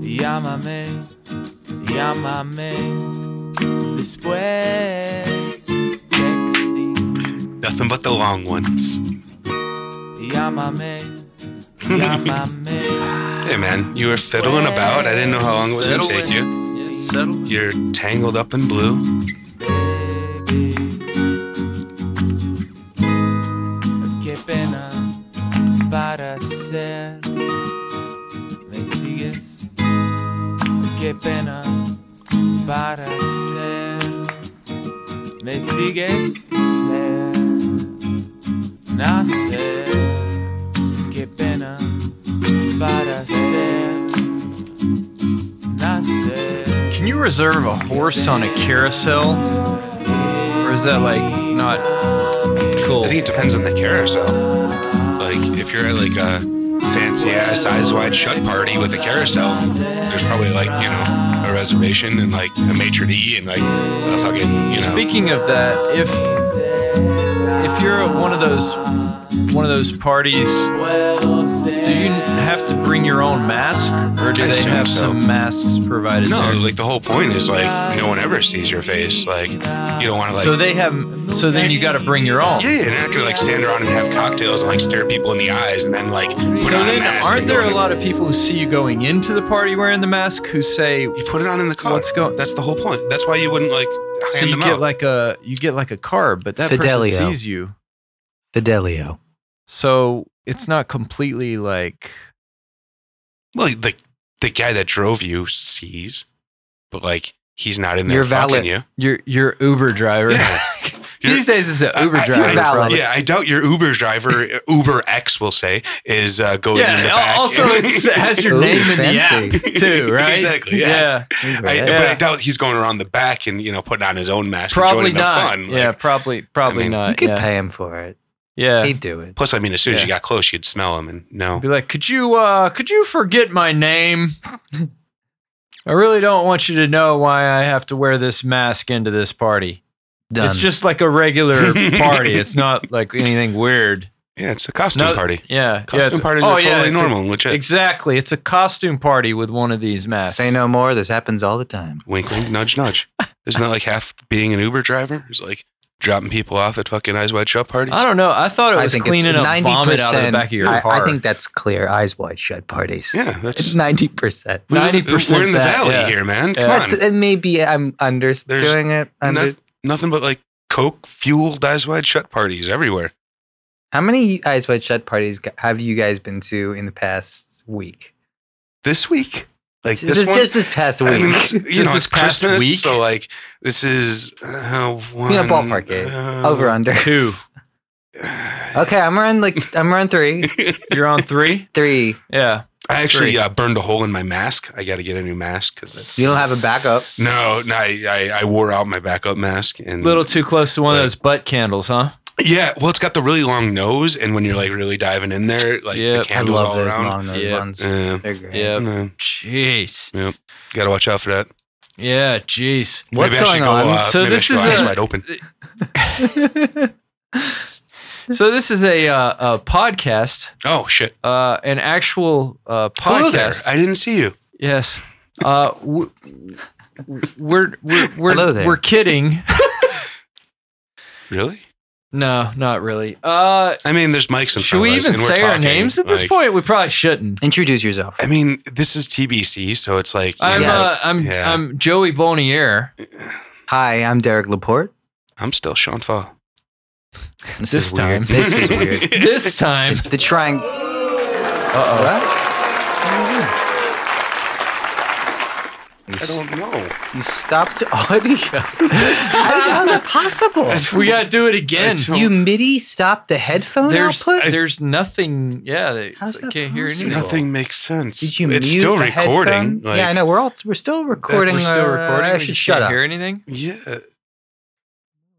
Llámame, llámame después. Texting. Nothing but the long ones. Llámame, llámame. Hey, man, you were fiddling about. I didn't know how long it was going to take you. Yeah, settle. You're tangled up in blue. Baby. Qué pena para ser. ¿Me sigues? Qué pena para ser. ¿Me sigues? Ser. Nacer. Qué pena para ser. Nacer. Can you reserve a horse on a carousel, or is that like not cool? I think it depends on the carousel. Like, if you're at like a fancy ass eyes wide shut party with a carousel, there's probably like, you know, a reservation and like a maitre d' and like a fucking, you know. Speaking of that, if if you're at one of those one of those parties, do you have to bring your own mask, or do I they assume have so. some masks provided? No, there? like the whole point is like no one ever sees your face. Like you don't want to like. so they have. So then you got to bring your own. yeah, you're not gonna like stand around and have cocktails and like stare people in the eyes and then like put So on a then, mask. aren't and go there in a the- lot of people who see you going into the party wearing the mask who say, You put it on in the car. Let's go. That's the whole point. That's why you wouldn't like hand so you them get out. like a you get like a carb, but that Fidelio. person sees you, Fidelio. so it's not completely like well, the the guy that drove you sees, but like he's not in there You're fucking valid. you. your your Uber driver. Yeah. You're- These days, it's an I- Uber I- driver. you're valid. probably. Yeah, I doubt your Uber driver, Uber X, will say is uh, going in the al- back. also it has your Ooh, name in fancy. the app too, right? Exactly, yeah. I, Yeah. But I doubt he's going around the back and you know putting on his own mask. and Probably joining not. The fun. Like, yeah, probably probably mean, You not. could Yeah, pay him for it. yeah. He'd do it. Plus, I mean, as soon as you Yeah. got close, you'd smell him, and no. Be like, could you uh could you forget my name? I really don't want you to know why I have to wear this mask into this party. Done. It's just like a regular party. It's not like anything weird. Yeah, it's a costume No- party. Yeah, yeah. Costume it's- parties oh, are yeah, totally it's a- normal, which is exactly. It's a costume party with one of these masks. Say no more. This happens all the time. wink, wink, nudge, nudge. Isn't that like half being an Uber driver? Is like dropping people off at fucking eyes wide shut parties. I don't know. I thought it I was think cleaning up it's 90%. vomit out of the back of your I, car. I think that's clear. Eyes wide shut parties. yeah, that's It's 90%. we live- 90% We're in the that, valley yeah. here, man. Come That's, on, and maybe I'm underdoing it. Under, Noth- nothing but like coke fueled eyes wide shut parties everywhere. How many Eyes Wide Shut parties g- have you guys been to in the past week? This week, like Just, this just, one, just this past week. I mean, Just you know, this it's past Christmas, week? so like this is uh, one, Yeah, ballpark it. uh, Over under. two. Okay, I'm around like I'm around three, You're on three. three. Yeah. I actually Three. uh, burned a hole in my mask. I got to get a new mask because You don't have a backup. no, no, I, I, I wore out my backup mask and little too close to one of Right. those butt candles, huh? Yeah, well, it's got the really long nose, and when you're like really diving in there, like Yep. I the candles I love all those around. long nose Yeah. ones. Yeah, They're great. Yeah. yeah, Jeez. gotta watch out for that. Yeah, jeez. What's maybe I should going go, on? Uh, So maybe I this should go is eyes a- wide open. So this is a uh, a podcast, Oh shit! uh, an actual uh, podcast. Hello there. I didn't see you. Yes. Uh, w- we're we're we're, Hello there. we're kidding. Really? No, not really. Uh, I mean, there's mics in front should we of us, even and we're say our talking, names at this like- point? We probably shouldn't. Introduce yourself. I mean, this is TBC, so it's like you I'm know, uh, Yes. I'm Yeah. I'm Joey Bonier. Hi, I'm Derek Laporte. I'm still Sean Fall. This, This is weird. time. This is weird. This time, The triangle. uh What? I don't know. You stopped audio. How, how is that possible? oh, we gotta do it again. It's- You MIDI stopped the headphone There's output. there's nothing. Yeah, they How's they that can't hear possible? anything. Nothing makes sense. Did you It's mute still the recording. headphone? like- yeah, I know. We're all we're still recording. We're still recording. Uh, I we should just shut can't up. Hear anything? Yeah. What are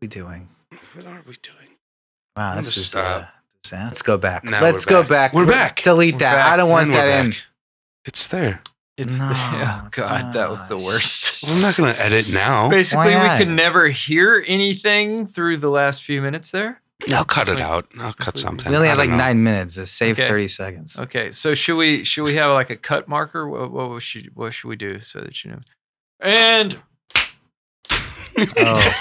we doing? What are we doing? Wow, I'm this just, is. uh, Uh, disaster. let's go back. Now let's we're go back. back. We're back. Delete We're that. back. I don't want And we're that in. back. It's there. It's No, oh it's god, that was the not. worst. Well, I'm not going to edit now. Basically, Why we not? could never hear anything through the last few minutes there. No, cut it out. I'll cut something. We only I have don't like know. nine minutes. Just save Okay. 30 seconds. Okay, so should we should we have like a cut marker? What, what should what should we do so that you know? And Oh,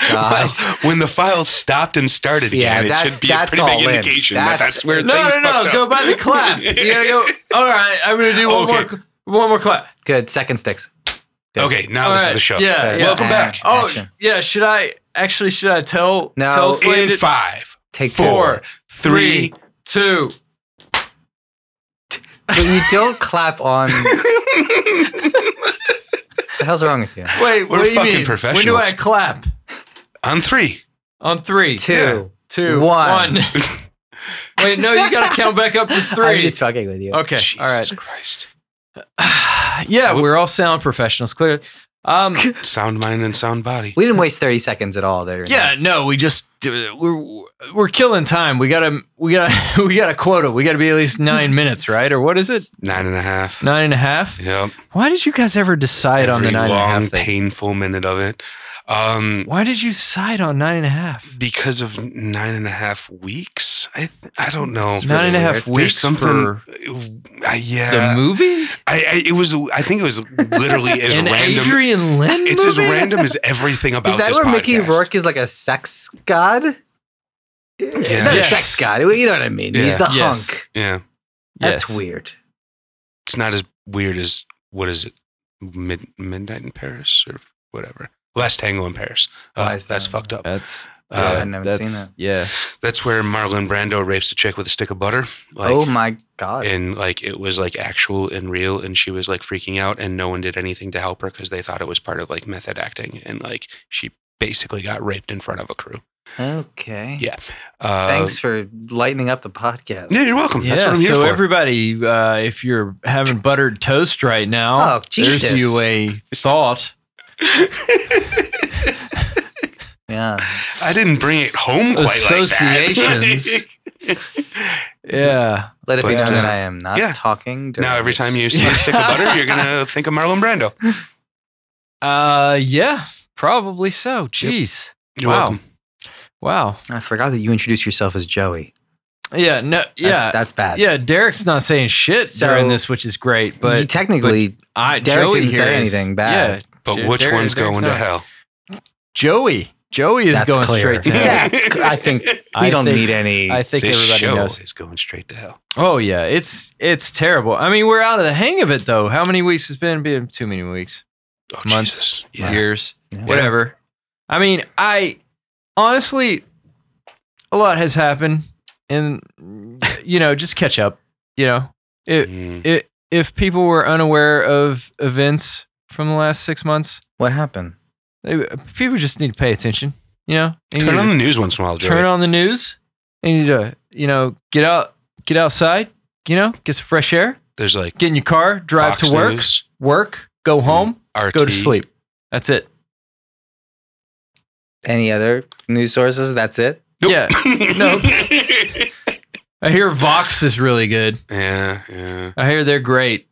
God. Well, when the file stopped and started again, Yeah, it that's- should be a that's pretty all big in. indication that That's- that's where no things no no, fucked go up. by the clap. You gotta go. All right, I'm gonna do one Okay. more more one more clap. Good. Second sticks. Okay, now All this right, is the show. Yeah, Good. yeah. Welcome back. Oh Action. yeah, should I actually should I tell No. tell In In Slade it- five, Take two. four, three. three two? But you don't clap on. what the hell's wrong with you? Wait, We're what do you fucking mean? When do professionals. I clap? on three. On three, Two. Yeah. two, one. one. Wait, no, you gotta count back up to 3 I'm just fucking with you. okay, Jesus all right. Christ. Yeah, we're all sound professionals, clearly. Um, Sound mind and sound body. We didn't waste 30 seconds at all there. yeah, no, we just we're we're killing time. We gotta we gotta we got a quota. We gotta be at least nine minutes, right? Or what is it? Nine and a half. Nine and a half. Yep. Why did you guys ever decide on Every the nine and a long, half thing? painful minute of it. Um, Why did you decide on nine and a half? because of nine and a half weeks. I I don't know. It's Nine and a half There's weeks something. for I, the yeah. movie? I, I, it was. I think it was literally as An random. Adrian Lynn It's as movie? random as everything about Is that this where Mickey podcast. Rourke is like a sex god? He's not Yes. a sex god. You know what I mean? He's Yeah. the Yes. hunk. Yeah, That's Yes. weird. it's not as weird as what is it? Mid, Midnight in Paris or whatever. Last Tango in Paris. Uh, Why is that's that? fucked up. That's Yeah, Uh, Oh, I never that's, seen that. Yeah. that's where Marlon Brando rapes a chick with a stick of butter. Like, oh my god. and like it was like actual and real and she was like freaking out and no one did anything to help her because they thought it was part of like method acting and like she basically got raped in front of a crew okay. Yeah. uh, Thanks for lightening up the podcast. yeah you're welcome that's Yeah, what i'm here so for everybody, uh, if you're having buttered toast right now, Oh, Jesus. there's you a thought. Yeah. i didn't bring it home quite Associations. like that Yeah. Let it be But, known that uh, I am not yeah. talking. During now every this. time you see a stick of butter you're gonna think of marlon brando Uh, yeah, probably so. Jeez. you're Wow. welcome Wow. I forgot that you introduced yourself as Joey. Yeah. No. That's, Yeah. that's bad. yeah. Derek's not saying shit So- during this, which is great. But But technically, I Derek Joey didn't here say is- anything bad. Yeah. but Dude, which there- one's there's going no- to hell Joey. Joey is that's going clear. straight to hell. That's cl- I think we I don't think- need any. I think this everybody show knows. is going straight to hell Oh yeah, it's it's terrible. I mean, we're out of the hang of it though. How many weeks has been? Been too many weeks, oh, Months. Jesus. Yeah. years, Yeah. whatever. I mean, I honestly, a lot has happened, and you know, just catch up. You know, it, Mm. it, if people were unaware of events from the last six months, what happened? they, people just need to pay attention. You know, They need turn to- on the news once in a while Joey. turn on the news. You need to, you know, get out, get outside. You know, get some fresh air. there's like Get in your car, drive Fox to work, News, Mm, work, go home, RT, go to sleep. That's it. Any other news sources? That's it. Yeah. No. I hear Vox is really good. yeah, yeah. I hear they're great.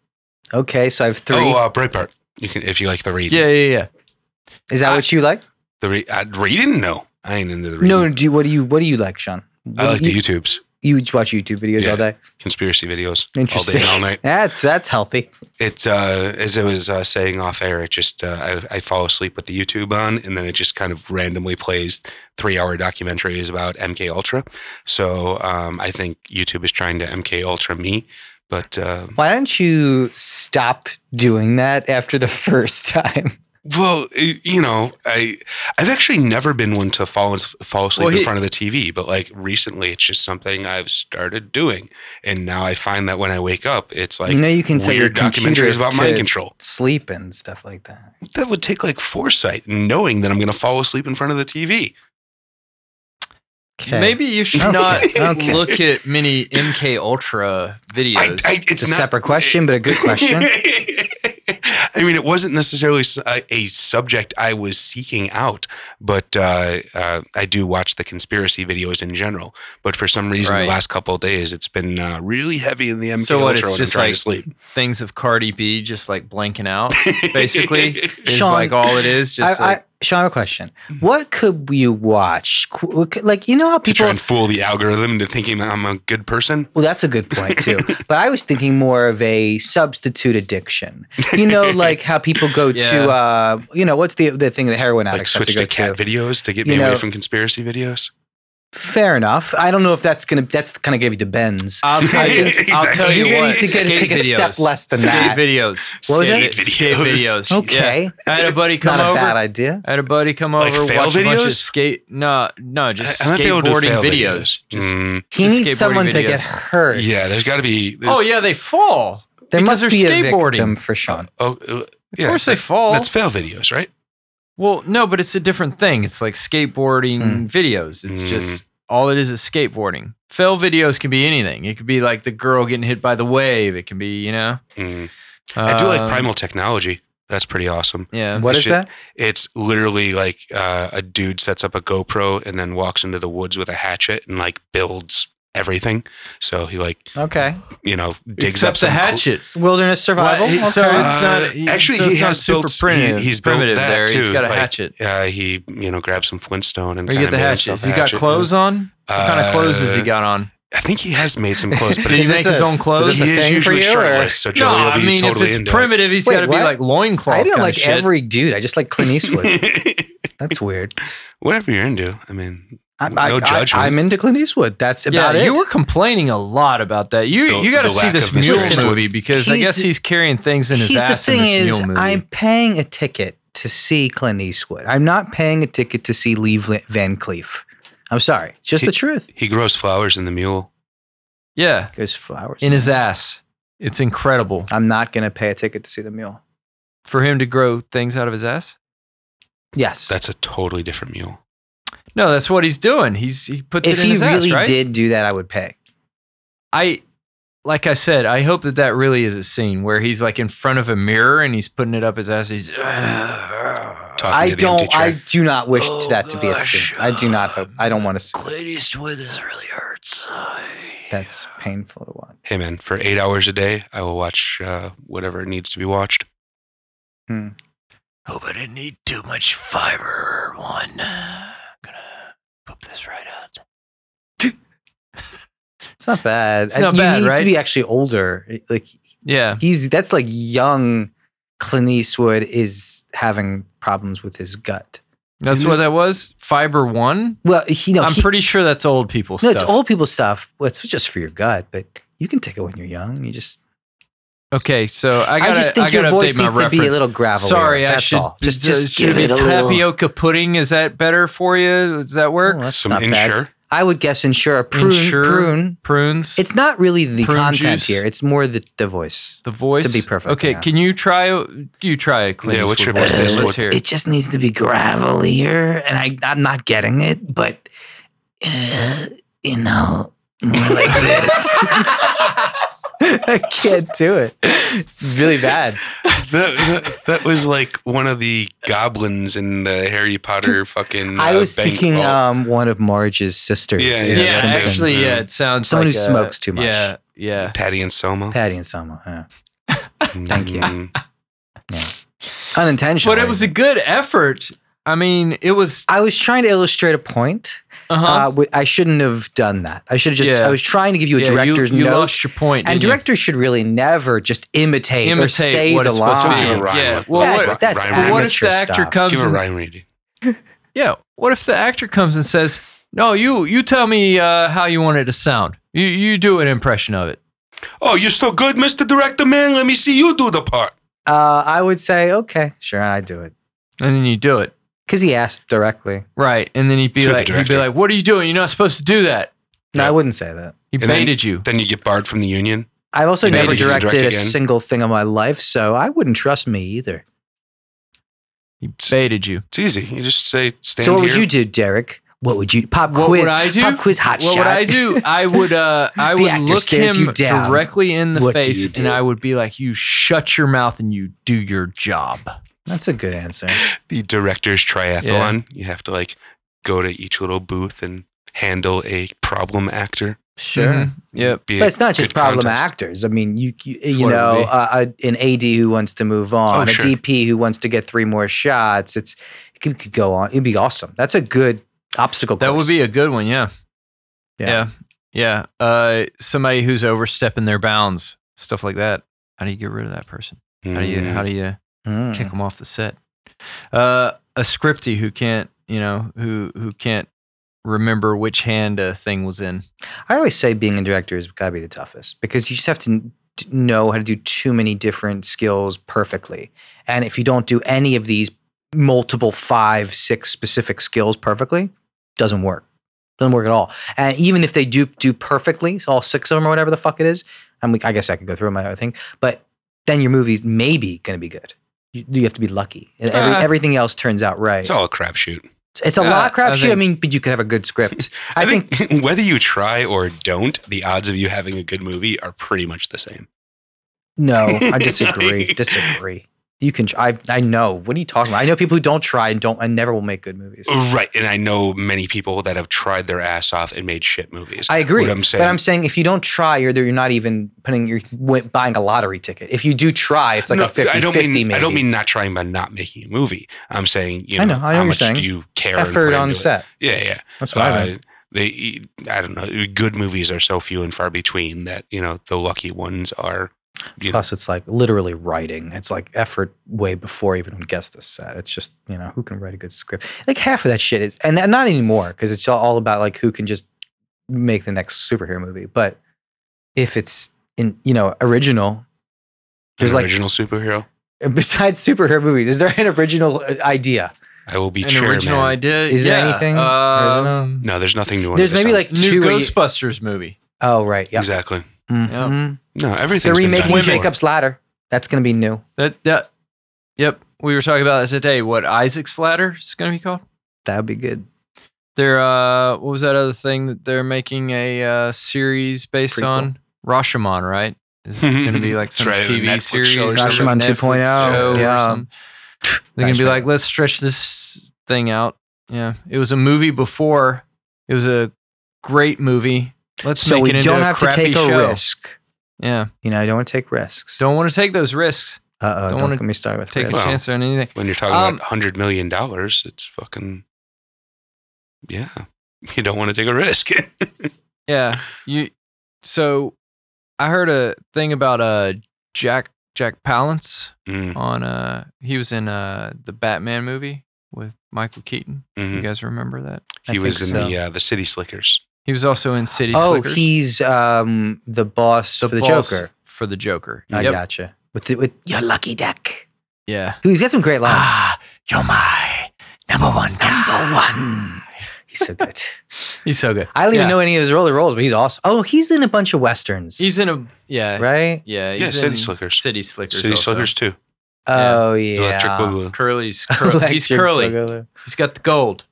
Okay, so I have three. Oh, uh, Breitbart. You can if you like the reading. Yeah, yeah, yeah. Is that I- what you like? The re- uh, reading? No, I ain't into the reading. No. Do you, what do you What do you like, Sean? I like you, the YouTubes, you watch YouTube videos Yeah. all day. conspiracy videos, all day Interesting. and all night. That's that's healthy. It uh, as I was uh, saying off air, it just uh, I, I fall asleep with the YouTube on, and then it just kind of randomly plays three-hour documentaries about MK Ultra. So um, I think YouTube is trying to MK Ultra me, but um, Why don't you stop doing that after the first time? Well, i you know, I I've actually never been one to fall as- fall asleep Well, he- in front of the TV, but like recently, it's just something I've started doing, and now I find that when I wake up, it's like you know, you can set your weird computer documentaries about to mind control. sleep and stuff like that. That would take like foresight, and knowing that I'm going to fall asleep in front of the TV. Okay. Maybe you should Okay. not Okay. look at many MK Ultra I, videos. I, it's, it's a not- separate question, but a good question. I mean, it wasn't necessarily s- a, a subject I was seeking out, but uh, uh, I do watch the conspiracy videos in general. But for some reason, Right. the last couple of days, it's been uh, really heavy in the MK So Ultra what, it's when I'm just trying like- to sleep. Things of Cardi B just like blanking out, basically, is Sean, like all it is. Just I, like, Mm-hmm. Sean, I have a question. What could you watch? Qu- what could- Like, you know how to people. try and fool the algorithm into thinking that I'm a good person. Well, that's a good point too. but I was thinking more of a substitute addiction. You know, like how people go Yeah. to, uh, you know, what's the the thing the heroin Like addicts have switch to go to cat videos to get You me know- away from conspiracy videos. Fair enough. I don't know if that's gonna that's kind of give you the bends. I'll tell you. I'll tell you You're gonna what. need to get- skate take a step videos. less than skate that. videos. What was skate, it? Skate Videos. videos. Okay, Yeah. I had a buddy it's come not a over. bad idea. I had a buddy come Like over, fail watch a bunch of videos? skate. No, no, I, just I might be able to do skateboarding fail videos. Just- Mm, He The needs skateboarding someone to videos. get hurt. yeah, there's got to be. there's- oh yeah, they fall. there because must they're be a skateboarding. victim for Sean. Oh, uh, Of yeah. course they fall. That's fail videos, right? well, no, but it's a different thing. It's like skateboarding Hmm. videos. It's Hmm. just all it is is skateboarding. Fail videos can be anything. It could be like the girl getting hit by the wave. It can be you know. Mm. I do like um, Primal Technology. That's pretty awesome. Yeah. What I is should- that? It's literally like uh, a dude sets up a GoPro and then walks into the woods with a hatchet and like builds everything. So he like Okay, you know digs up Except some the cl- hatchet. wilderness survival. Well, he- okay. So it's Uh, not he- actually, so he it's not has super built- he- primitive. he's built primitive that there. He's too, got a like, hatchet. Uh, he you know grabs some Flintstone and Or you kinda get the made hatchet. himself a He got hatchet. clothes on. What kind of clothes has he Uh, got on? I think he has made some clothes, but Did he is he's, this make a- his own is he this clothes? a is thing for usually you, or- shirtless, so No, Joey will I be mean totally if it's into primitive, he's Wait, got to be what? like loincloth. I didn't kinda like shit. every dude. I just like Clint Eastwood. it. That's weird. Whatever you're into, I mean, I'm, No judgment. I, am into Clint Eastwood. That's about yeah, it. you were complaining a lot about that. You The- you got to the see lack this of mule Listen, movie because I he's- guess he's carrying things in his Here's ass. the thing in this is, mule movie. I'm paying a ticket to see Clint Eastwood. I'm not paying a ticket to see Lee Vla- Van Cleef. I'm sorry, It's just He- the truth. he grows flowers in the mule. yeah, Goes flowers. in his ass. It's incredible I'm not gonna pay a ticket to see the mule. for him to grow things out of his ass. Yes, That's a totally different mule. No, that's what he's doing. He's he puts if it in he his ass, really right? did do that, I would pay. I like I said, I hope that that really is a scene where he's like in front of a mirror and he's putting it up his ass. He's Talking I to the empty don't. I chair. do not wish Oh, that to be a gosh. scene. I do not hope. I don't want to. see Clint Eastwood. This really hurts. That's painful to watch. hey man, for eight hours a day, I will watch uh, whatever needs to be watched. Hope I didn't eat too much fiber. One. Gonna poop this right out. It's not bad. Uh, It's not you bad, need right? to be actually older. Like Yeah. he's that's like young. Clint Eastwood is having problems with his gut. That's what that was? Fiber one? Well, he, no, I'm he- pretty sure that's old people no, stuff. it's old people stuff. Well, it's just for your gut, but you can take it when you're young. You just, Okay, so I I, gotta I, just think your gotta voice update my needs to be a reference. little gravelly. Sorry, that's I should all. Just, does- just should give be it a little. tapioca pudding. Is that better for you? Does that work? Oh, that's Some not bad. insure. I would guess insure a prune. Insure. Prune. Prunes. It's not really the Prune content juice. here. It's more the, the voice. The voice. To be perfect, Okay, yeah. can you try? You try it, Clint Yeah, what's Eastwood your best voice? Eastwood? Let's hear it. It just needs to be gravelier, and I, I'm not getting it, but uh, you know, more like this. I can't do it. It's really bad. That, that, that was like one of the goblins in the Harry Potter fucking. I uh, was bank thinking vault. um, one of Marge's sisters. Yeah, in Yeah, yeah, The that's Simpsons. actually, good. yeah, it sounds Someone like who a- smokes too much. Yeah, yeah. Patty and Selma. Mm. Patty and Selma. Yeah. Thank you. Unintentional. But it was a good effort. I mean, it was. I was trying to illustrate a point. Uh-huh. Uh, wi- I shouldn't have done that. I should have just. Yeah. I was trying to give you a Yeah, director's you, you note. lost your point. and didn't you? directors should really never just imitate, or Imitate say what the it's supposed to be. line. Do a rhyme Yeah, with- well, Ryan- that's what- that's Ryan But Reynolds. what if amateur the actor stuff. comes? Give a and- Ryan reading. yeah. What if the actor comes and says, "No, you you tell me uh, how you want it to sound. You you do an impression of it." Oh, you're so good, Mr. Director Man. Let me see you do the part. Uh, I would say, okay, sure, I do it And then you do it. because he asked directly. Right. And then he'd be To the like he'd be director. like, What are you doing? You're not supposed to do that. No, Yeah. I wouldn't say that. He And then- baited you. Then you get barred from the union. I've also You never made it, you can directed direct a again. single thing in my life, so I wouldn't trust me either. He baited you. It's easy. You just say stand so what here. would you do, Derek? What would you pop What quiz? would I do? Pop quiz hot what shot. would I do? I would uh I The would actor look stares him you down. directly in the What do face you and do? I would be like, You shut your mouth and you do your job. That's a good answer. the director's triathlon. You have to like go to each little booth and handle a problem actor. Sure. Mhm. Yep. Be a But it's not just good problem contest. actors. I mean, you you, you what it would know, be. uh, a- an AD who wants to move on, Oh, sure. a DP who wants to get three more shots. It's could, could go on. It'd be awesome. That's a good obstacle course. That would be a good one. Yeah. Yeah. Yeah. Yeah. Uh, somebody who's overstepping their bounds, stuff like that. How do you get rid of that person? Mm-hmm. How do you, how do you Mm. kick them off the set? Uh, a scripty who can't, you know, who, who can't remember which hand a thing was in. I always say being a director is got to be the toughest because you just have to n- t- know how to do too many different skills perfectly. And if you don't do any of these multiple five, six specific skills perfectly, doesn't work. Doesn't work at all. And even if they do do perfectly, so all six of them or whatever the fuck it is, and we, I guess I could go through my other thing, but then your movie's maybe going to be good. You, you have to be lucky. And every, Ah. everything else turns out right. It's all a crapshoot. it's a Yeah, lot I crapshoot. I, think- mean, but you could have a good script. I think whether you try or don't, the odds of you having a good movie are pretty much the same. No, I disagree. disagree. You can. tr- I I know. What are you talking about? I know people who don't try and don't and never will make good movies. Right. And I know many people that have tried their ass off and made shit movies. I agree. What I'm saying. But I'm saying if you don't try, you're there. You're not even putting. You're w- buying a lottery ticket. If you do try, it's like No, a 50 I don't 50 mean maybe. I don't mean not trying by not making a movie. I'm saying you know, I know, I know what how you're much saying. do you care and effort put on into it. set. Yeah, yeah. That's what I mean. Uh, they, I don't know. Good movies are so few and far between that you know the lucky ones are. You know, Plus, it's like literally writing. It's like effort way before even gets this set. It's just you know who can write a good script. Like half of that shit is, and not anymore because it's all all about like who can just make the next superhero movie. But if it's in you know original, there's an like original superhero. besides superhero movies, is there an original uh, idea? I will be An chairman. original idea. Is there Yeah. anything Um, original? No, there's nothing new. under There's the maybe sun. like two. New where you- Ghostbusters movie. oh right, yeah. exactly. Mhm. No, They're everything's been done remaking before. Jacob's Ladder. That's gonna be new. That, that, yep. We were talking about that today. What Isaac's Ladder is going to be called? That would be good. They're uh, what was that other thing that they're making a uh, series based Prequel? on Rashomon, right? Is going to be like That's some right, a TV Netflix series, show or something. Rashomon 2.0, yeah. They're going Nice to be man. like, let's stretch this thing out. Yeah, it was a movie before. It was a great movie. Let's so make we it into don't a have to crappy take show. a risk. Yeah, You know, I don't want to take risks. don't want to take those risks. Uh oh, Don't don't, wanna get me started with Take Chris. a Well, chance on anything. When you're talking Um, about hundred million dollars, it's fucking. Yeah, you don't want to take a risk. Yeah, you. So, I heard a thing about uh Jack Jack Palance. Mm, on uh he was in uh the Batman movie with Michael Keaton. mhm. You guys remember that? I He was in think so. the uh, the City Slickers. He was also in City Oh, Slickers. he's um, the boss for the boss Joker. For the Joker. I Yep. gotcha. With the, with your lucky deck. Yeah. Who's got some great Ah. lines. you're my number one Number one. He's so good. He's so good. I don't even Yeah. know any of his roller rolls, but he's awesome. Oh, he's in a bunch of westerns. He's in a yeah. right. Yeah, yeah, he's City in Slickers. City Slickers. City also. Slickers too. Oh yeah. Electric Boogaloo. Curly's curly. he's Electric curly. Boogaloo. He's got the gold.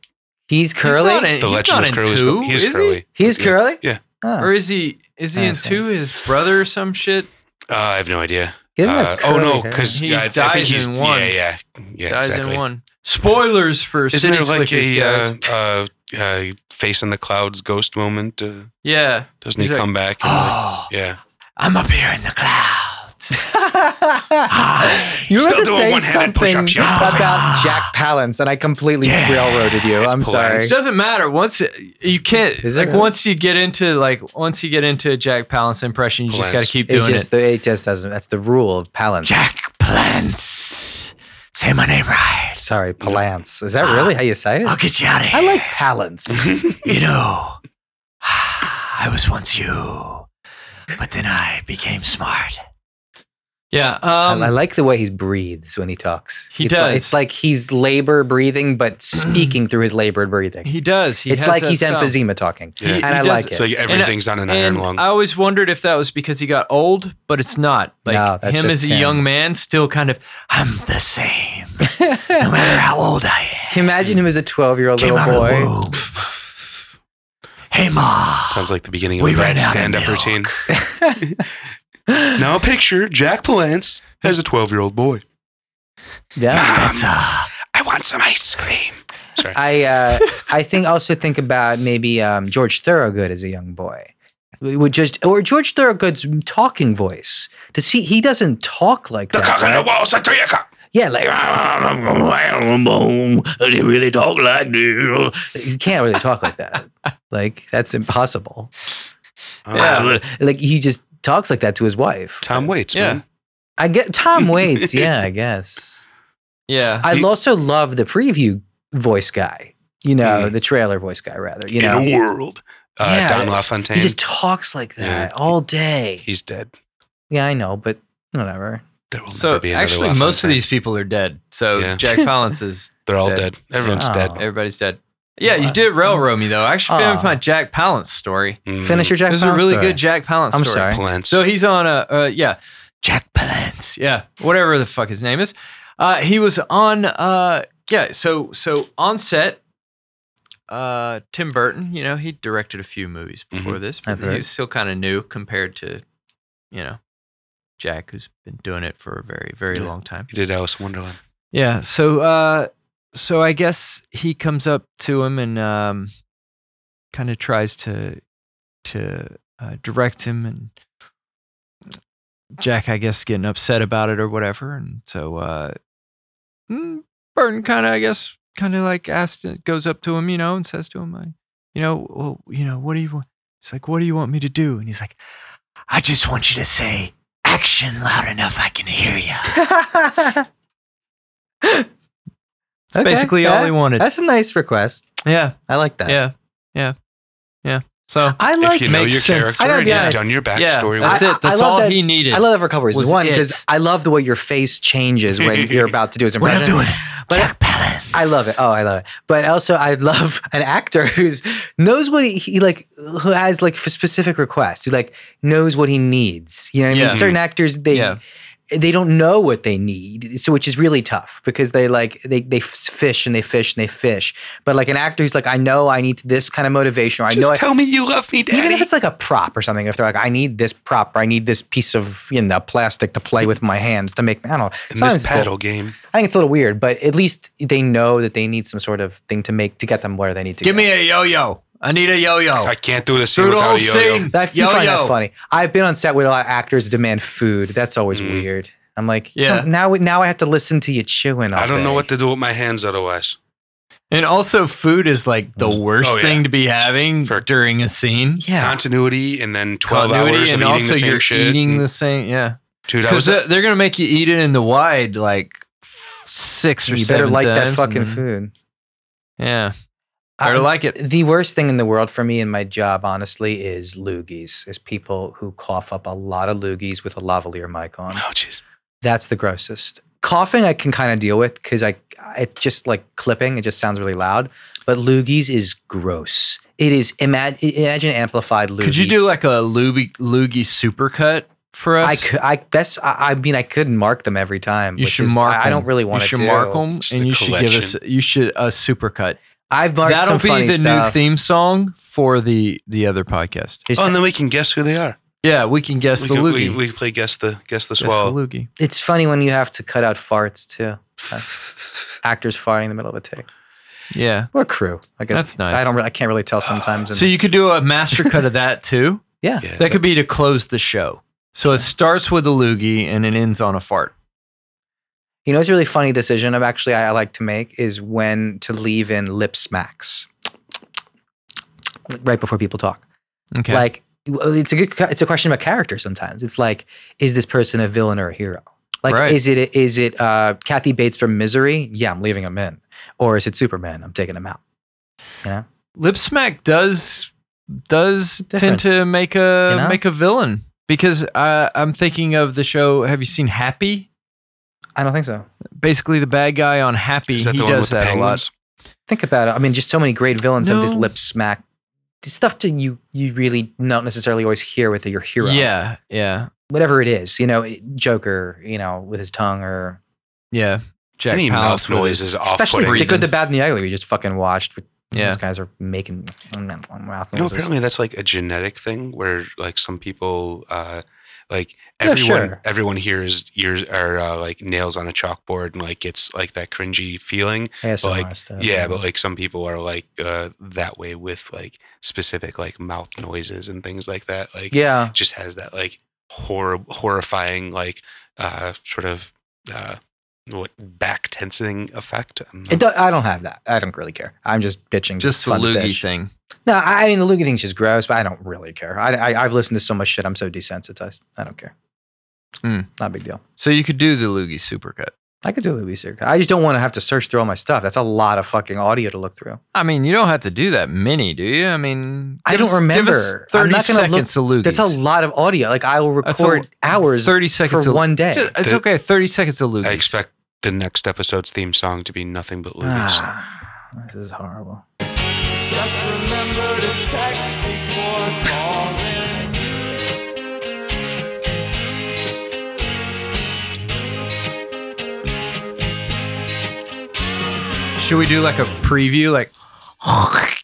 He's He's not curly. in, The he's Legend not of in Curly's two, Boo- He is is curly. He's Yeah. curly. Yeah. Oh. Or is he? Is he I in see. two? His brother or some shit Uh, I have no idea. He doesn't Uh, have oh no, curly hair. because He I, I think dies he's in one. yeah, yeah, yeah, dies exactly. in one. Spoilers for Isn't City there like Slickers. a guys. uh, uh, uh, face in the clouds ghost moment? Uh, yeah. doesn't He's he like, come back? and, like- "Ah, Oh, yeah, I'm up here in the clouds. Hi. You were about to Still doing say one-handed something push-ups, yeah. about Jack Palance, and I completely Yeah. railroaded you. I'm sorry. Palance. It doesn't matter once it- you can't Is it like really? once you get into like once you get into a Jack Palance impression, you Palance. just got to keep It's doing just it. the it just doesn't. That's the rule of Palance. Jack Palance, say my name right. Sorry, Palance. Is that really how you say it? get you out of I like Palance. you know, I was once you, but then I became smart. Yeah, um, I, I like the way he breathes when he talks. He it's like- does. it's like he's labor breathing, but speaking through his labor breathing. he does. He it's has like that he's sound. emphysema talking, Yeah. and He I does- like it. uh, it's like everything's on an iron And lung. I always wondered if that was because he got old, but it's not. Like No, that's him just as a him. young man, still kind of, I'm the same, no matter how old I am. Imagine him as a twelve-year-old little boy. womb. Hey, ma. Sounds like the beginning of We a ran bad out of stand-up milk. routine. now picture Jack Palance as a twelve-year-old boy. Um, Yeah. uh, uh, I want some ice cream. Sorry. I uh, I think also think about maybe um, George Thorogood as a young boy, It would just or George Thorogood's talking voice. Does he? He doesn't talk like The that. cock on the right? wall's a three o'clock. Yeah, like they really talk like this. You can't really talk like that. Like that's impossible. Yeah. Uh, like he just talks like that to his wife. Ah, Tom Waits, Yeah. man. I get Tom Waits. yeah, I guess. Yeah. I He- also love the preview voice guy. You know, the trailer voice guy, rather. You know, In a world. Uh, Yeah. Don LaFontaine. he just talks like that Yeah. all day. He's dead. Yeah, I know, but whatever. There will So never be another actually, most of LaFontaine. these people are dead. So Yeah. Jack Palance is They're all dead. dead. Everyone's Oh. dead. everybody's dead. Yeah, you did railroad me though. I actually Aw. finished my Jack Palance story. Mm, Finish your Jack. There's Mm-hmm. a Palance really story. good Jack Palance I'm story. sorry. Palance. So he's on a uh, yeah, Jack Palance. Yeah, whatever the fuck his name is. Uh, he was on uh, yeah. So so on set, uh, Tim Burton. You know, he directed a few movies Mm-hmm. before this, but I've he heard. was still kind of new compared to, you know, Jack, who's been doing it for a very very Yeah. long time. he did Alice in Wonderland. Yeah. So, uh, so I guess he comes up to him and um, kind of tries to to uh, direct him, and Jack, I guess, getting upset about it or whatever, and so uh, mm, Burton kind of, I guess, kind of like asks, goes up to him, you know, and says to him, like, you know, well, you know, what do you want? It's like, what do you want me to do? And he's like, I just want you to say action loud enough I can hear you. Okay, Basically, all yeah. he wanted. That's a nice request. Yeah. I like that. Yeah, yeah, yeah. So I like. if you know makes your sense. character I gotta and be you've honest. done your yeah, backstory, I- that's it. That's love all that- he needed. I love that for a couple reasons. Was One, it. because I love the way your face changes when you're about to do his We're impression. not doing it. But- Jack Palance. I love it. Oh, I love it. But also, I love an actor who's knows what he, he like, who has like specific requests, who like knows what he needs. You know, what I Yeah. mean, certain actors they Yeah. they don't know what they need, so which is really tough because they like they they fish and they fish and they fish. But like an actor who's like, I know I need this kind of motivation, or I just know I, tell me you love me, Daddy. even if it's like a prop or something, if they're like, I need this prop or I need this piece of you know plastic to play with my hands to make I don't know. in sometimes this it's cool. paddle game. I think it's a little weird, but at least they know that they need some sort of thing to make to get them where they need to. Give go. me a yo-yo. I need a yo-yo. I can't do this scene Through the without whole a yo-yo. scene. I do Yo, find yo. that funny. I've been on set where a lot of actors demand food. That's always weird. I'm like, Mm. Yeah. yeah. Now, now I have to listen to you chewing. All I don't know day. what to do with my hands otherwise. And also, food is like the worst Oh, yeah. thing to be having For- during a scene. Yeah, Continuity and then 12 hours of eating and also the same you're shit. eating the same. Yeah, Dude, I because was they're, they're gonna make you eat it in the wide like six or you better seven like that times, fucking and- food. Yeah, I- better like it. the worst thing in the world for me in my job, honestly, is loogies. Is people who cough up a lot of loogies with a lavalier mic on. Oh, jeez. That's the grossest. Coughing I can kind of deal with because I it's just like clipping. It just sounds really loud. But loogies is gross. It is imagine, imagine amplified loogie. Could you do like a loogie loogie supercut for us? I could. I best. I, I mean, I could mark them every time. You which should is- mark. I, I don't them. really want You to should do. mark them, Just and a you should give us. You should a supercut. I've marked That'll some be funny the stuff. new theme song for the the other podcast. Just- Oh, and then we can guess who they are. Yeah, we can guess We the can, loogie. we, we can play guess the guess the guess the swallow. loogie. it's funny when you have to cut out farts too. Uh, Actors farting in the middle of a take Yeah. or crew. I guess That's nice. I don't. Really, I can't really tell sometimes. And, So you could do a master cut of that too. yeah, Yeah. That could be to close the show. So it starts with a loogie and it ends on a fart. you know, it's a really funny decision. Of actually, I, I like to make is when to leave in lip smacks right before people talk. Okay. Like well, it's a good it's a question about character sometimes. It's like is this person a villain or a hero? Like Right. is it is it uh, Kathy Bates from Misery? Yeah, I'm leaving him in. Or is it Superman? I'm taking him out. Lip smack does does tend Difference. to make a You know? make a villain because uh, I'm thinking of the show. Have you seen Happy? I don't think so. Basically, the bad guy on Happy. Is that he the one does with the that a lot. penguins? Think about it. I mean, just so many great villains have this No. lip smack. This stuff that you you really not necessarily always hear with your hero. Yeah, yeah, Whatever it is, you know, Joker, you know, with his tongue or yeah. Jack Any Palance mouth with noise is his- off-putting. especially the good, Reason. the bad, and the ugly. We just fucking watched. Yeah, Those guys are making mouth noises. You know, apparently that's like a genetic thing where like some people uh Like Yeah, everyone, sure. everyone here is ears are uh, like nails on a chalkboard, and like it's like that cringy feeling. ASMR like, stuff. Yeah, but like some people are like uh, that way with like specific like mouth noises and things like that. Like yeah, it just has that like horror horrifying like uh, sort of uh, what back tensing effect. I'm it not- do, I don't have that. I don't really care. I'm just bitching. 'cause it's Just the fun to loogie bitch. thing. No, I I mean the loogie thing's just gross, but I don't really care. I, I I've listened to so much shit. I'm so desensitized. I don't care. Hmm. Not a big deal. So you could do the loogie supercut. I could do Louis Circa. I just don't want to have to search through all my stuff. That's a lot of fucking audio to look through. I mean, you don't have to do that many, do you? I mean, I give don't us- give remember. us I'm 30 not gonna look- seconds of loogies. That's a lot of audio. Like I will That's a- record hours 30 seconds for of- one day. Just- uh, it's The- okay. 30 seconds of loogies. I expect the next episode's theme song to be nothing but Lugies. Ah, this is horrible. Just remember to text before calling. Should we do like a preview? Like,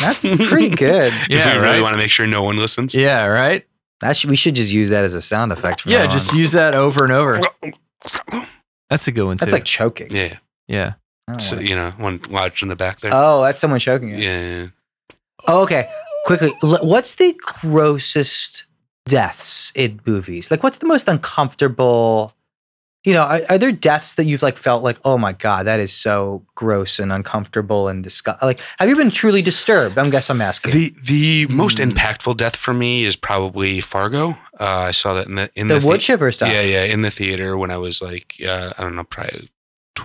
That's pretty good. if Yeah, we really right? want to make sure no one listens. yeah, right? That should, we should just use that as a sound effect. From Yeah, now just on. use that over and over. That's a good one, too. that's like choking. Yeah. yeah. I don't So, wanna- you know, one lodged in the back there. oh, that's someone choking. yeah. It. yeah. Oh, okay. Quickly, l- what's the grossest deaths in movies? Like, what's the most uncomfortable? You know, are, are there deaths that you've like felt like, oh my god, that is so gross and uncomfortable and disgust? Like, have you been truly disturbed? I'm guess I'm asking. The, The the most Hmm. impactful death for me is probably Fargo. Uh, I saw that in the in the, wood thea- chipper stuff. Yeah, yeah, in the theater when I was like, uh, I don't know, probably tw-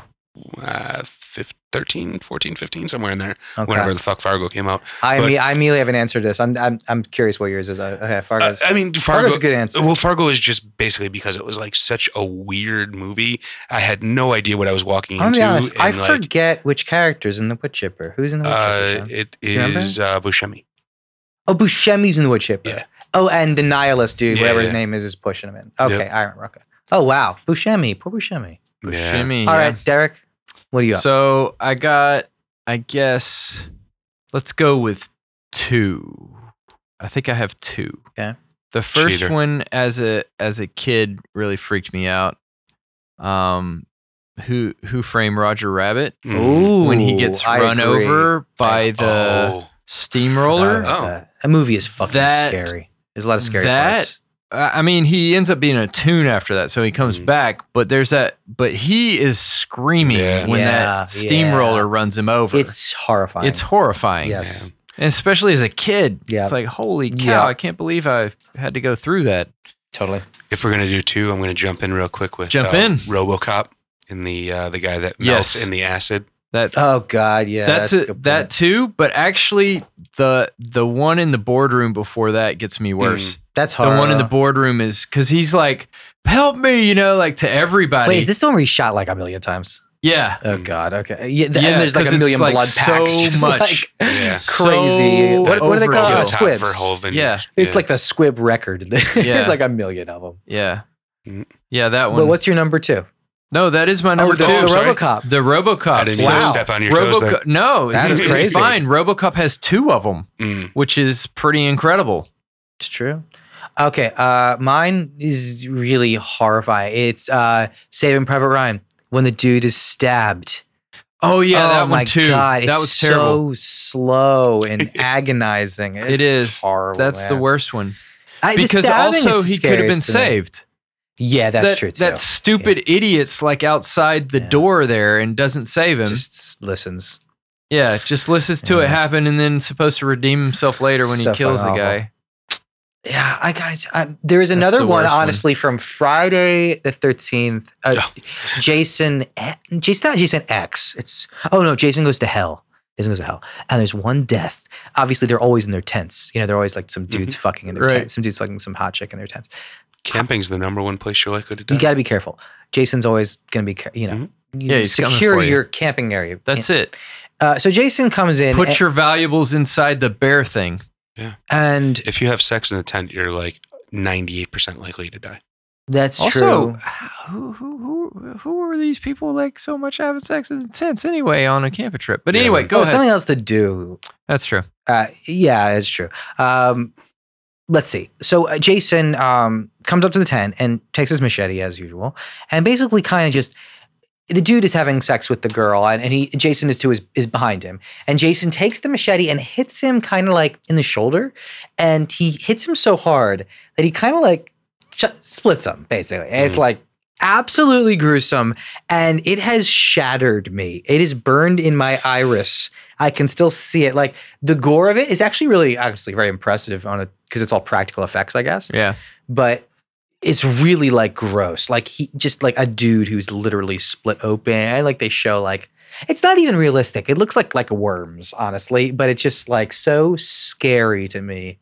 uh, fif- 13, 14, 15, somewhere in there. Okay. Whenever the fuck Fargo came out. I, but- imme- I immediately have an answer to this. I'm I'm, I'm curious what yours is. Uh, Okay, Uh, Fargo's. I mean, Fargo. Fargo's a good answer. Well, Fargo is just basically because it was like such a weird movie. I had no idea what I was walking I'm gonna into. be honest. I and, like, forget which characters in the wood chipper. Who's in the wood chipper? Uh, Sean? it remember? is uh, Buscemi. Oh, Buscemi's in the wood chipper. Yeah. Oh, and the nihilist dude, Yeah, whatever yeah. his name is, is pushing him in. Okay, I remember. Okay. Oh wow, Buscemi, poor Buscemi. Yeah. Shimmy. All yeah. right, Derek, what do you? So, So I got, I guess, let's go with two. I think I have two. Okay. The first Cheater. one, as a as a kid, really freaked me out. Um, who who framed Roger Rabbit Mm. when he gets run over by the Oh. steamroller? Forgot Oh. That. that movie is fucking That- scary. There's a lot of scary that- parts. I I mean, he ends up being a tune after that, so he comes Mhm. back. But there's that. But he is screaming Yeah. when Yeah, that steamroller yeah. runs him over. It's horrifying. it's horrifying. yes. And especially as a kid, Yeah. it's like, holy cow, Yeah. I can't believe I had to go through that. Totally. If we're gonna do two, I'm gonna jump in real quick with Jump uh, in. RoboCop and the uh, the guy that melts Yes. in the acid. That Oh god, yeah. that's, a it- good that point. too, but actually the the one in the boardroom before that gets Mm, me worse. That's The horror. one in the boardroom is cuz he's like, "Help me," you know, like to everybody. Wait, is this the one where he shot like a million times? yeah. Oh god. Okay. Yeah. th- Hmm. Yeah, and there's like 'cause a it's, million like, blood packs. so just, much. like, Yeah. Crazy. So what, what do they Over overkill. call it? Uh, the top Squibs. for Holden. Yeah. It's like the squib record. There's Yeah. like a million of them. Yeah. Mm. Yeah, that But one. what's your number two? no, that is my number oh, the, 2. the sorry. RoboCop. The I RoboCop. didn't Wow. wow. step on your toes there. RoboCop. No, That it's, is it's crazy. fine. RoboCop has two of them, Mm. which is pretty incredible. It's true. Okay, uh, mine is really horrifying. It's uh, Saving Private Ryan when the dude is stabbed. Oh yeah, oh that my one too. God, that it's was terrible. so slow and agonizing. It's It is. horrible. That's the man. worst one. I, the Because stabbing also is he could have been scariest to me. saved. Yeah, that's that, true too. That stupid idiot's like outside the Yeah. door there and doesn't save him. just listens. yeah, just listens to Yeah. it happen and then supposed to redeem himself later when So he kills the fucking guy. Yeah, I got. I, there is another the one, worst one. honestly, from Friday the thirteenth. Uh, Oh. Jason, E, Jason, not Jason X. It's oh no, Jason goes to hell. Jason goes to hell, and there's one death. Obviously, they're always in their tents. You know, they're always like some dudes fucking in their Mm-hmm. Right. tents. Some dudes fucking some hot chick in their tents. Camping's the number one place you're likely to die. You got to be careful. Jason's always gonna be, care- you know, Mhm. you Mm-hmm. Yeah, he's coming secure for you. your camping area. That's it. Uh, so Jason comes in, Put and, your valuables inside the bear thing. and if you have sex in a tent, you're like 98% likely to die. that's also, true. who who who who are these people like so much having sex in the tents anyway on a camping trip? But Yeah. anyway, go Oh, ahead. something else to do. That's true. Uh, yeah, it's true. Um, let's see. So uh, Jason um, comes up to the tent and takes his machete as usual, and basically kind of just the dude is having sex with the girl, and, and he Jason is to his is behind him, and Jason takes the machete and hits him kind of like in the shoulder, and he hits him so hard that he kind of like sh- splits him basically. And It's like absolutely gruesome, and it has shattered me. It is burned in my iris. I can still see it. Like the gore of it is actually really, honestly, very impressive on it because it's all practical effects, I guess. Yeah. But it's really like gross. Like he just like a dude who's literally split open. I like they show like it's not even realistic. It looks like like worms, honestly. But it's just like so scary to me.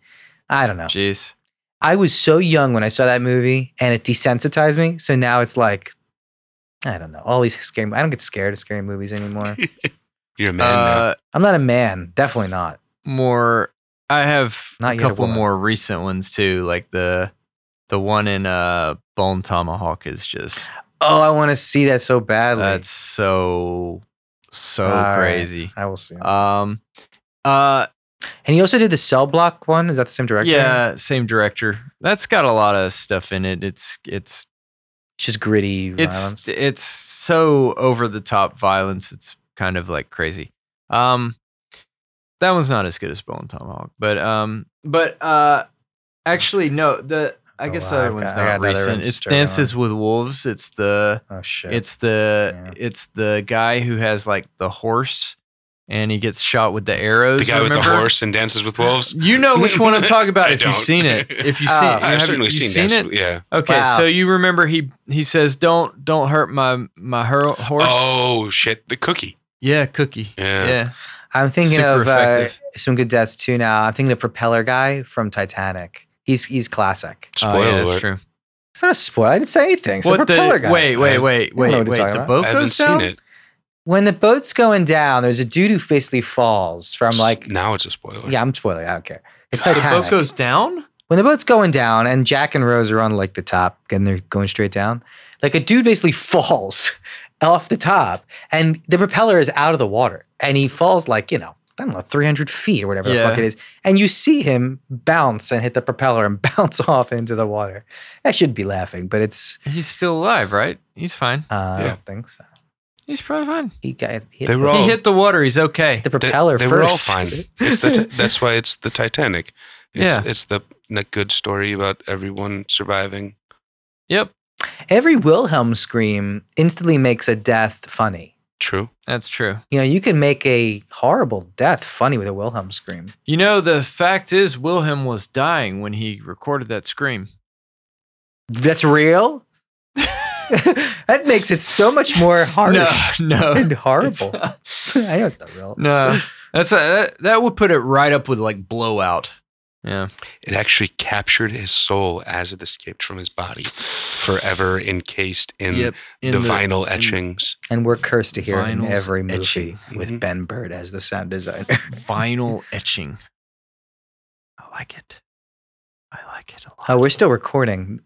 I don't know. Jeez. I was so young when I saw that movie, and it desensitized me. So now it's like. I don't know. All these scary. I don't get scared of scary movies anymore. You're a man now. Uh, I'm not a man. Definitely not. more. I have Not a yet a couple woman. more recent ones too. Like the the one in uh Bone Tomahawk is just Oh, I want to see that so badly. that's so so All right. crazy. I will see. it. Um. Uh. and he also did the Cell Block one. Is that the same director? Yeah. Same director. That's got a lot of stuff in it. It's it's It's just gritty it's violence. it's so over the top violence. It's kind of like crazy. Um, that one's not as good as Bone Tomahawk, but um, but uh, actually no, the I Oh, guess wow, the other I've one's got- I got not another one recent. It's stirring Dances with Wolves. It's the oh shit. it's the Yeah. it's the guy who has like the horse, and he gets shot with the arrows. The guy with the remember? Uh, horse and dances with wolves. You know which one I'm talking about I if you've don't. seen it. If you've Oh. seen, I've have I've you- certainly you've seen, seen Dances it. with- Yeah. Okay, Wow. so you remember he he says don't don't hurt my my her- horse. Oh shit! The cookie. Yeah, cookie. Yeah. Yeah. I'm thinking super of uh, effective. some good deaths too. Now I'm thinking of Propeller guy from Titanic. He's he's classic. Oh, Spoiler yeah, that's alert. true. It's not a spoil. I didn't say anything. It's a What Propeller the? guy. Wait, wait, wait, I don't know wait, what wait. you're talking The about. boat I haven't goes seen down. it. When the boat's going down, there's a dude who basically falls from like. now it's a spoiler. Yeah, I'm spoiling. I don't care. It's The boat Titanic. goes down. when the boat's going down and Jack and Rose are on like the top and they're going straight down, like a dude basically falls off the top and the propeller is out of the water and he falls like, you know, I don't know, 300 feet or whatever the Yeah. fuck it is. And you see him bounce and hit the propeller and bounce off into the water. I should be laughing, but it's, He's still alive, right? He's fine. uh, I Yeah. don't think so. He's probably fine. He got hit, They were the, all- He Oh. hit the water. He's okay. the They, propeller they first. were all fine. It's the, that's why it's the Titanic. It's, Yeah. It's the the good story about everyone surviving. Yep, Every Wilhelm scream instantly makes a death funny. True. that's true. You know, you can make a horrible death funny with a Wilhelm scream. You know, the fact is, Wilhelm was dying when he recorded that scream. That's real. that makes it so much more harsh No, no, and horrible. it's not. I know it's not real. No, that's a, that, that would put it right up with like blowout. Yeah. It actually captured his soul as it escaped from his body, forever encased in yep. the, in vinyl etchings. And we're cursed to hear it in Vinyls every movie etching. Mm-hmm. with Mhm. Ben Bird as the sound designer. vinyl etching. I like it. I like it a lot. Oh, we're Uh, still recording.